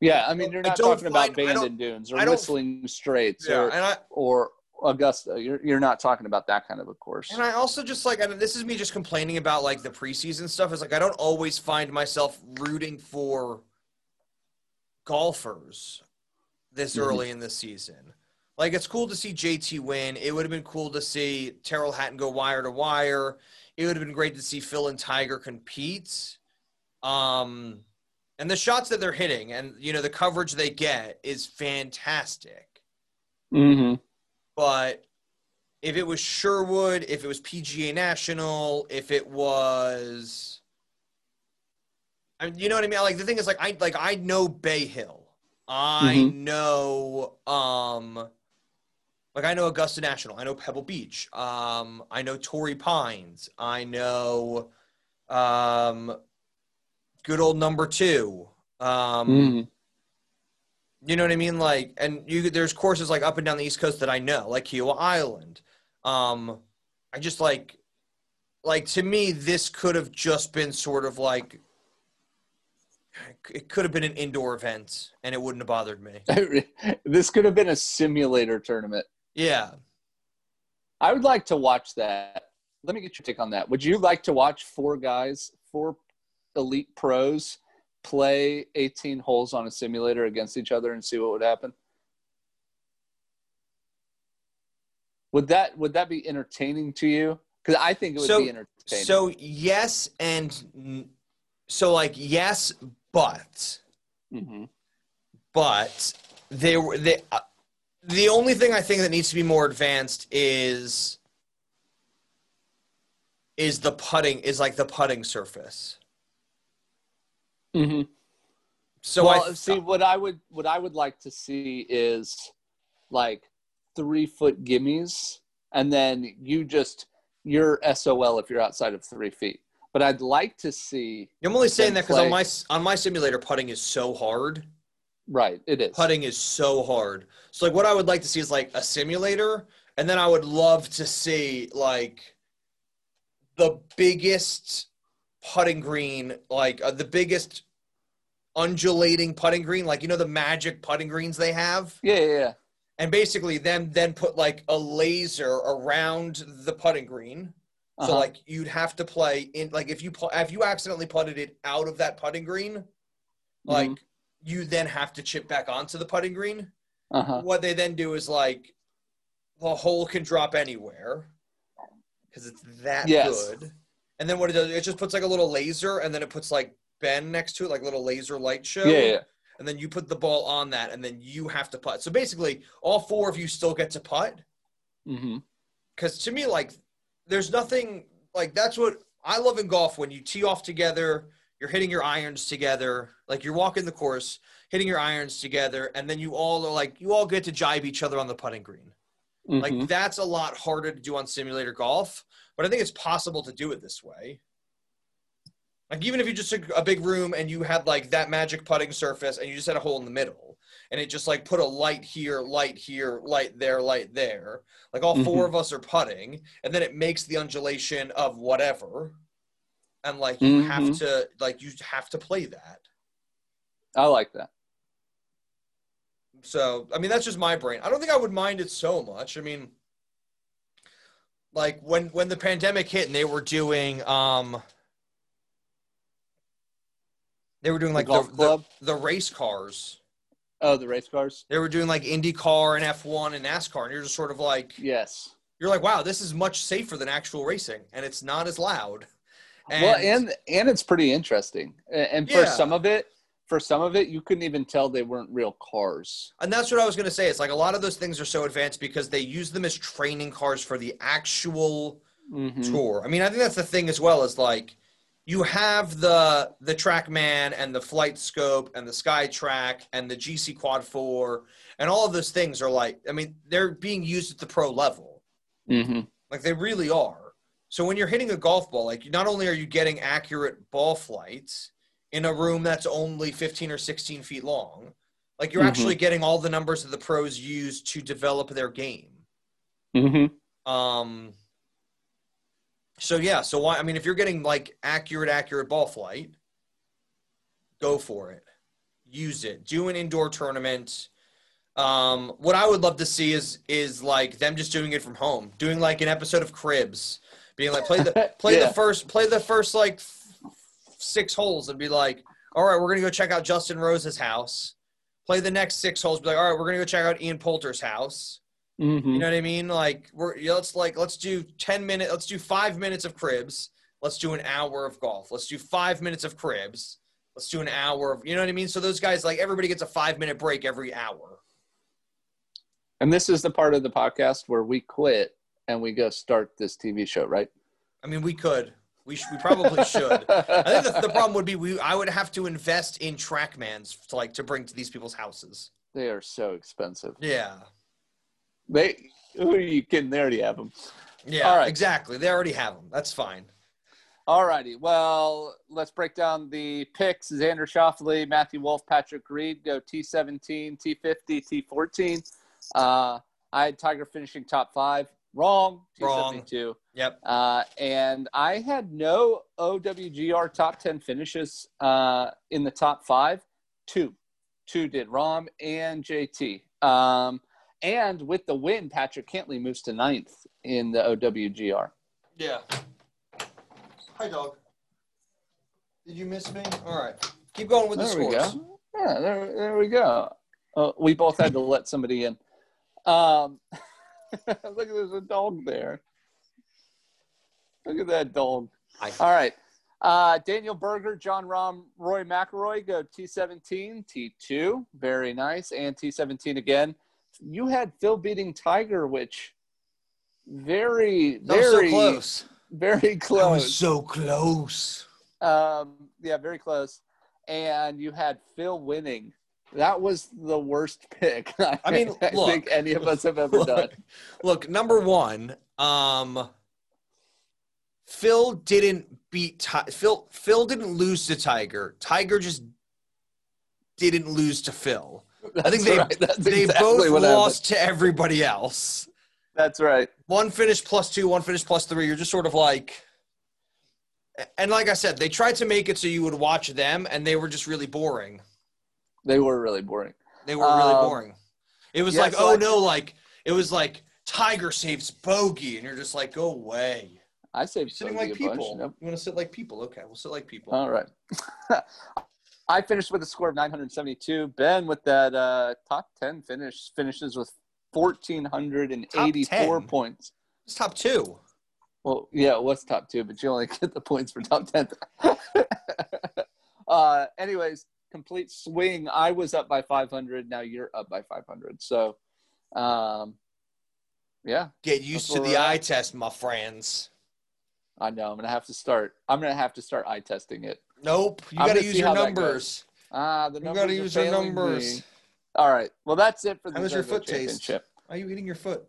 Yeah, I mean, you're
I
not
don't
talking about
find- I
Bandon
don't-
Dunes or
I don't-
Whistling Straits
yeah,
or
and I
or Augusta. You're you're not talking about that kind of a course.
And I also just like, and this is me just complaining about like the preseason stuff. Is like I don't always find myself rooting for golfers this
Mhm.
early in the season. Like it's cool to see JT win. It would have been cool to see Terrell Hatton go wire to wire. It would have been great to see Phil and Tiger compete. Um, and the shots that they're hitting, and you know the coverage they get is fantastic
Mm-hmm.
but if it was Sherwood, if it was PGA National, if it was, I mean, you know what I mean. Like the thing is, like I like I know Bay Hill, I
Mhm.
know, um, like I know Augusta National, I know Pebble Beach, um, I know Torrey Pines, I know, um, good old number two, um.
Mm. Mm-hmm.
You know what I mean? Like, and you there's courses like up and down the East Coast that I know, like Kiowa Island. Um, I just like, like to me, this could have just been sort of like, it could have been an indoor event, and it wouldn't have bothered me.
this could have been a simulator tournament.
Yeah,
I would like to watch that. Let me get your take on that. Would you like to watch four guys, four elite pros, play 18 holes on a simulator against each other and see what would happen? Would that would that be entertaining to you? Because I think it would
So-
be entertaining.
So yes and n- so like yes, but
Mhm.
but they were they. Uh, the only thing I think that needs to be more advanced is is the putting is like the putting surface.
Mhm.
So
well,
I
see what I would what I would like to see is like three foot gimmies, and then you just you're SOL if you're outside of three feet. But I'd like to see
I'm only saying that because
play.
on my s- on my simulator putting is so hard.
right. It is.
Putting is so hard. So like what I would like to see is like a simulator, and then I would love to see like the biggest putting green, like uh, the biggest undulating putting green, like you know the magic putting greens they have.
Yeah, yeah, yeah.
and basically them then put like a laser around the putting green. So
Uh-huh.
like you'd have to play in like if you pu- if you accidentally putted it out of that putting green,
Mm-hmm.
like you then have to chip back onto the putting green.
uh-huh.
What they then do is like the hole can drop anywhere because it's that
Yes.
good. And then what it does, it just puts like a little laser, and then it puts like Ben next to it, like a little laser light show
Yeah, yeah,
and then you put the ball on that, and then you have to putt. So basically, all four of you still get to putt.
yeah. hmm
Because to me, like, there's nothing like that's what I love in golf when you tee off together, You're hitting your irons together, like you're walking the course, hitting your irons together, and then you all are like you all get to jibe each other on the putting green.
Mhm.
Like that's a lot harder to do on simulator golf, but I think it's possible to do it this way. Like even if you just took a big room and you had like that magic putting surface and you just had a hole in the middle and it just like put a light here, light here, light there, light there. Like all 4 of us are putting and then it makes the undulation of whatever. And like you have
Mhm.
to like you have to play that.
I like that.
So, I mean, that's just my brain. I don't think I would mind it so much. I mean, like when when the pandemic hit and they were doing um they were doing like the,
golf club?
the, the race cars.
Oh, the race cars.
They were doing like IndyCar and F1 and NASCAR and you're just sort of like
Yes.
you're like, "Wow, this is much safer than actual racing and it's not as loud."
well, and and it's pretty interesting. A- And for
Yeah.
some of it, for some of it, you couldn't even tell they weren't real cars.
And that's what I was going to say. It's like a lot of those things are so advanced because they use them as training cars for the actual
Mhm.
tour. I mean, I think that's the thing as well is like you have the the TrackMan and the Flight Scope and the SkyTrack and the GC Quad Four and all of those things are like I mean they're being used at the pro level.
Mhm.
Like they really are. So when you're hitting a golf ball, like not only are you getting accurate ball flights in a room that's only 15 or 16 feet long, like you're
Mhm.
actually getting all the numbers that the pros use to develop their game.
Mhm.
Um, so yeah, so why? I mean, if you're getting like accurate, accurate ball flight, go for it. Use it. Do an indoor tournament. Um, what I would love to see is is like them just doing it from home, doing like an episode of Cribs, being like play the play
Yeah.
the first play the first like f- six holes and be like, all right, we're gonna go check out Justin Rose's house. Play the next six holes, be like, all right, we're gonna go check out Ian Poulter's house.
Mhm.
You know what I mean? Like we're yeah, let's like let's do ten minute, let's do five minutes of cribs. Let's do an hour of golf. Let's do five minutes of cribs. Let's do an hour of you know what I mean. So those guys like everybody gets a five minute break every hour.
And this is the part of the podcast where we quit and we go start this TV show, right?
I mean, we could, we sh- we probably should. I think the, the problem would be we I would have to invest in TrackMans to like to bring to these people's houses.
they are so expensive.
Yeah,
They, who are you kidding? They already have them.
yeah,
All right.
exactly. They already have them. That's fine.
All righty. Well, let's break down the picks. Xander Shoffley, Matthew Wolf, Patrick Reed go T17, T50, T14. Uh, I had Tiger finishing top five. Wrong.
Wrong.
T72.
Yep.
Uh, and I had no OWGR top 10 finishes uh, in the top five. Two. Two did Rom and JT. Um, and with the win, Patrick Cantley moves to ninth in the OWGR.
Yeah. Hi, dog. Did you miss me? All right. Keep going with
there
the
we
scores.
go. Yeah, there, there we go. Uh, we both had to let somebody in. Um, look at there's a dog there. Look at that dog.
I-
All right. Uh, Daniel Berger, John Rahm, Roy McElroy go T17, T2. Very nice. And T17 again. You had Phil beating Tiger, which very,
That was
very,
so close.
very
That
close.
was so close.
Um, yeah, very close. And you had Phil winning. That was the worst pick. I,
mean, look.
think any of us have ever done.
Look, number one, um, Phil didn't beat Ti- Phil. Phil didn't lose to Tiger. Tiger just didn't lose to Phil.
That's
think they-
right. That's
They
exactly
both
what
lost to everybody else.
happened. That's right.
one finish plus two, one finish plus three. You're just sort of like, and like I said, they tried to make it so you would watch them, and they were just really boring.
They were really boring.
They were really
Um,
boring. It was
yeah,
like,
so
oh
I-
no, like it was like Tiger saves bogey, and you're just like, go away.
I
You're
saved
sitting
Bogey
like
a bunch,
people.
nope.
You want to sit like people? Okay, we'll sit like people.
All right. I finished with a score of 972. Ben with that uh, top 10 finish finishes with 1,484
10?
points.
it's top two.
Well, yeah, it was top two, but you only get the points for top ten. uh, anyways, complete swing. I was up by 500. Now you're up by 500. So, um, yeah,
Get used
That's
to
where
the
we're at.
eye test, my friends.
I know. I'm gonna have to start. I'm gonna have to start eye testing it.
Nope. You
I'm
got to
gonna
use
see
your
how that
numbers.
Ah, the
You
numbers.
got to
are
use your
failing
numbers.
me. All right. Well, that's it for the
How does your
Zozo
foot taste?
championship.
Are you eating your foot?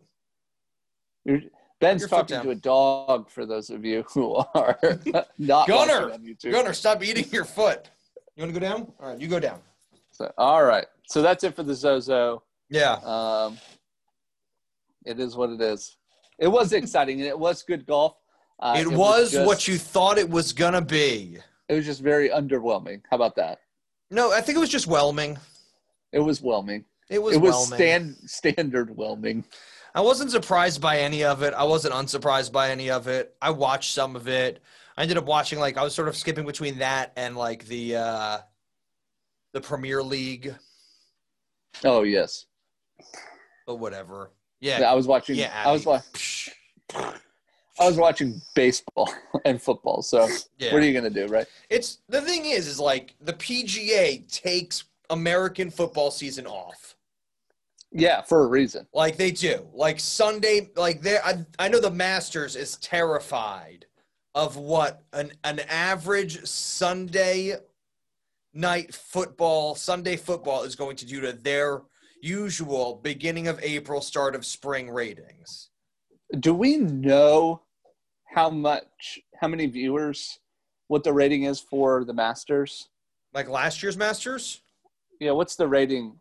You're- Ben's
Your foot
talking
down.
to a dog for those of you who are not
Gunner!
watching on YouTube.
Gunner, stop eating your foot. You want to go down? All right, you go down.
So, all right. So that's it for the Zozo.
Yeah.
Um, it is what it is. It was exciting and it was good golf. Uh,
it, was
just-
what you thought it was going to be.
It was just very underwhelming. How about that?
No, I think it was just whelming.
It was whelming.
It was,
it was
whelming.
stand standard whelming.
I wasn't surprised by any of it. I wasn't unsurprised by any of it. I watched some of it. I ended up watching like I was sort of skipping between that and like the uh the Premier League,
Oh yes.
but whatever. Yeah.
I was watching.
Yeah,
I was
Abby.
like, I was watching baseball and football. So
yeah.
what are you gonna do, right?
it's the thing is is like the PGA takes American football season off.
Yeah, for a reason.
Like they do. Like Sunday, like they I, I know the Masters is terrified of what an an average Sunday night football, Sunday football is going to do to their usual beginning of April start of spring ratings.
Do we know how much, how many viewers, what the rating is for the Masters?
Like last year's Masters?
Yeah, what's the rating?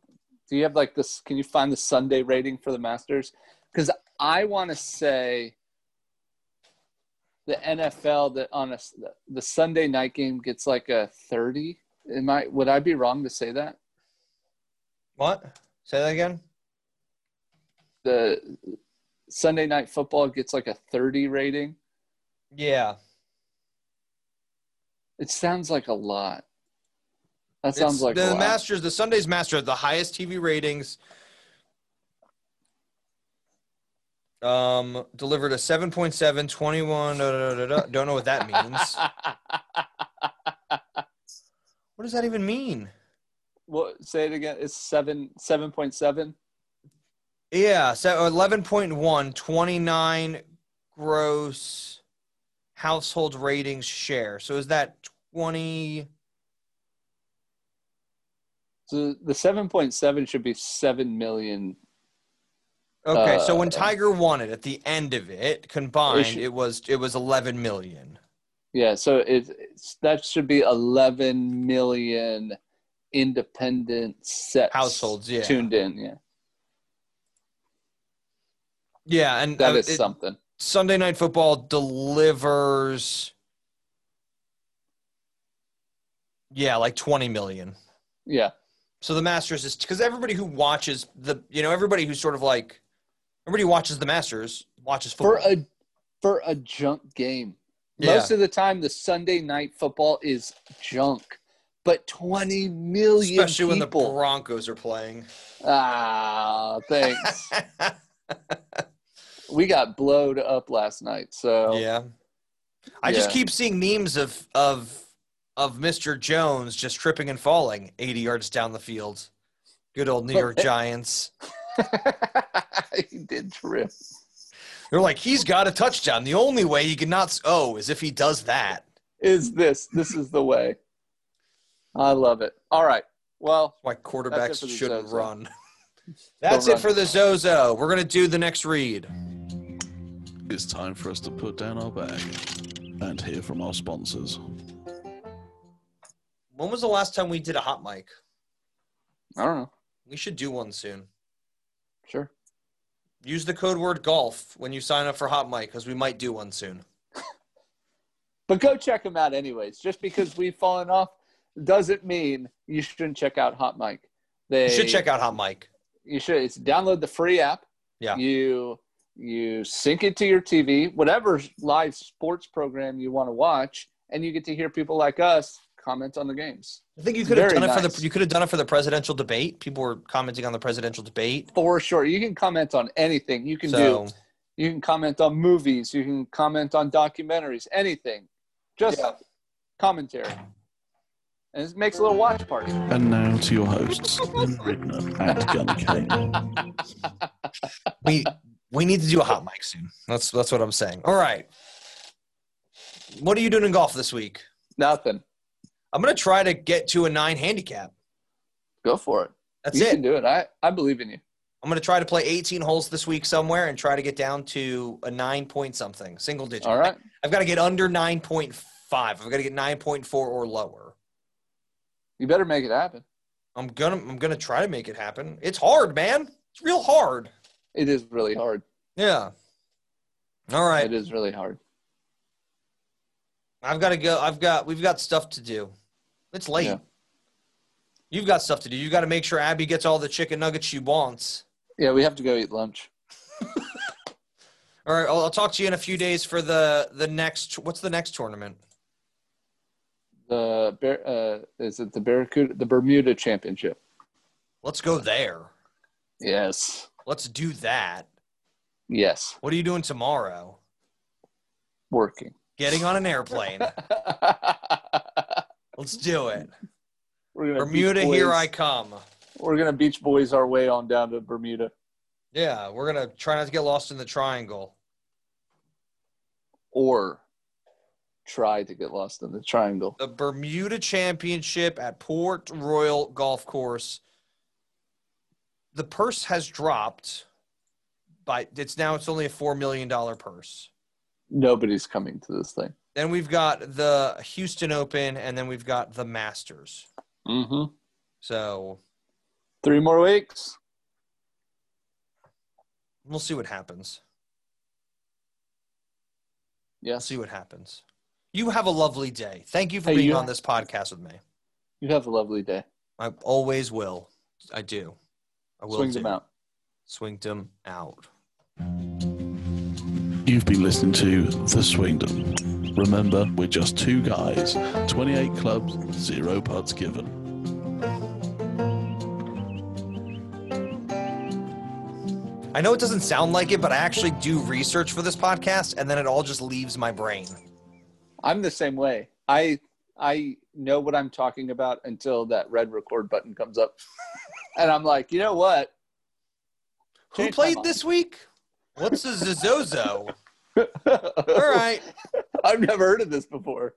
Do you have like this? Can you find the Sunday rating for the Masters? Because I want to say the NFL that on a s- the Sunday night game gets like a thirty. Am I would I be wrong to say that?
What? Say that again?
the Sunday night football gets like a 30 rating.
Yeah.
It sounds like a lot. That
It's-
sounds like
the
a lot.
Masters, the Sunday's Master had the highest TV ratings. Um, delivered a 7.7, 21, da, da, da, da, da. don't know what that means. what does that even mean?
what, say it again. It's seven, 7.7.
Yeah, so 11.1, 29 gross household ratings share. So is that 20?
So the 7.7 should be 7 million.
Okay, so when
Uh,
Tiger won it at the end of it combined,
should-
it was it was 11 million.
Yeah. So it, it's, that should be 11 million independent sets.
Households, yeah.
Tuned in. Yeah.
Yeah, and
That
uh,
is
it-
something.
Sunday Night Football delivers, yeah, like 20 million.
Yeah.
So the Masters is because everybody who watches the, you know, everybody who's sort of like, everybody who watches the Masters watches
For
football.
a, for a junk game.
yeah.
Most of the time, the Sunday night football is junk, but 20 million
Especially when the
people.
Broncos are playing.
ah, thanks. we got blowed up last night, so
yeah. I just
Yeah.
keep seeing memes of, of, of Mr. Jones just tripping and falling 80 yards down the field. Good old New York Giants.
he did trip.
They're like, he's got a touchdown. The only way he can not oh is if he does that.
Is this? This is the way. I love it. All right. Well,
Why
That's it
quarterbacks
for the
shouldn't
Zozo.
run. That's
Don't
it for the Zozo. We're gonna do the next read.
It's time for us to put down our bag and hear from our sponsors.
When was the last time we did a hot mic?
I don't know.
We should do one soon.
Sure.
Use the code word golf when you sign up for hot mic because we might do one soon.
But go check him out anyways. Just because we've fallen off doesn't mean you shouldn't check out Hot Mike. They
You should check out hot mic.
you should it's download the free app
Yeah.
you you sync it to your tv whatever live sports program you want to watch and you get to hear people like us comment on the games
I think you could have
Very
done it for
nice.
the you could have done it for the presidential debate. People were commenting on the presidential debate.
for sure you can comment on anything you can
so
do you can comment on movies you can comment on documentaries anything just
Yeah.
commentary and it makes a little watch party
And now to your hosts, Lynn Ridner and Gunn Kane.
we we need to do a hot mic soon. That's that's what I'm saying. All right. What are you doing in golf this week?
nothing
I'm gonna try to get to a nine handicap.
Go for it.
That's
you
it.
can do it. I, I believe in you.
I'm gonna try to play 18 holes this week somewhere and try to get down to a nine point something, single digit.
All right.
I've got to get under 9.5. I've got to get 9.4 or lower.
You better make it happen.
I'm gonna I'm gonna try to make it happen. It's hard, man. It's real hard.
It is really hard.
Yeah. All
It
right.
is really hard.
I've got to go. I've got we've got stuff to do. It's late.
Yeah.
You've got stuff to do. You got to make sure Abby gets all the chicken nuggets she wants.
Yeah, we have to go eat lunch.
All right. I'll, I'll talk to you in a few days for the the next. What's the next tournament?
The Bar- uh, is it the Barracuda, the Bermuda Championship?
Let's go there.
Yes,
Let's do that.
yes,
What are you doing tomorrow?
working.
Getting on an airplane. Let's do it.
We're gonna
Bermuda,
Beach Boys-
here I come.
We're gonna Beach Boys our way on down to Bermuda.
Yeah, we're gonna try not to get lost in the triangle.
or try to get lost in the triangle.
The Bermuda Championship at Port Royal Golf Course. The purse has dropped by it's now it's only a four million dollar purse.
Nobody's coming to this thing.
Then we've got the Houston Open and then we've got the Masters.
Mm-hmm.
So
Three more weeks.
we'll see what happens. We'll
Yes.
see what happens. You have a lovely day. Thank you for
Hey,
being
you-
on this podcast with me.
You have a lovely day.
I always will. I do. I will
Swing
do.
them out.
Swingdom out.
You've been listening to The Swingdom. Remember, we're just two guys, 28 clubs, zero putts given.
I know it doesn't sound like it, but I actually do research for this podcast, and then it all just leaves my brain.
I'm the same way. I I know what I'm talking about until that red record button comes up, and I'm like, you know what?
Who
Change my
played
mind.
this week? What's a Zozo? all right.
I've never heard of this before.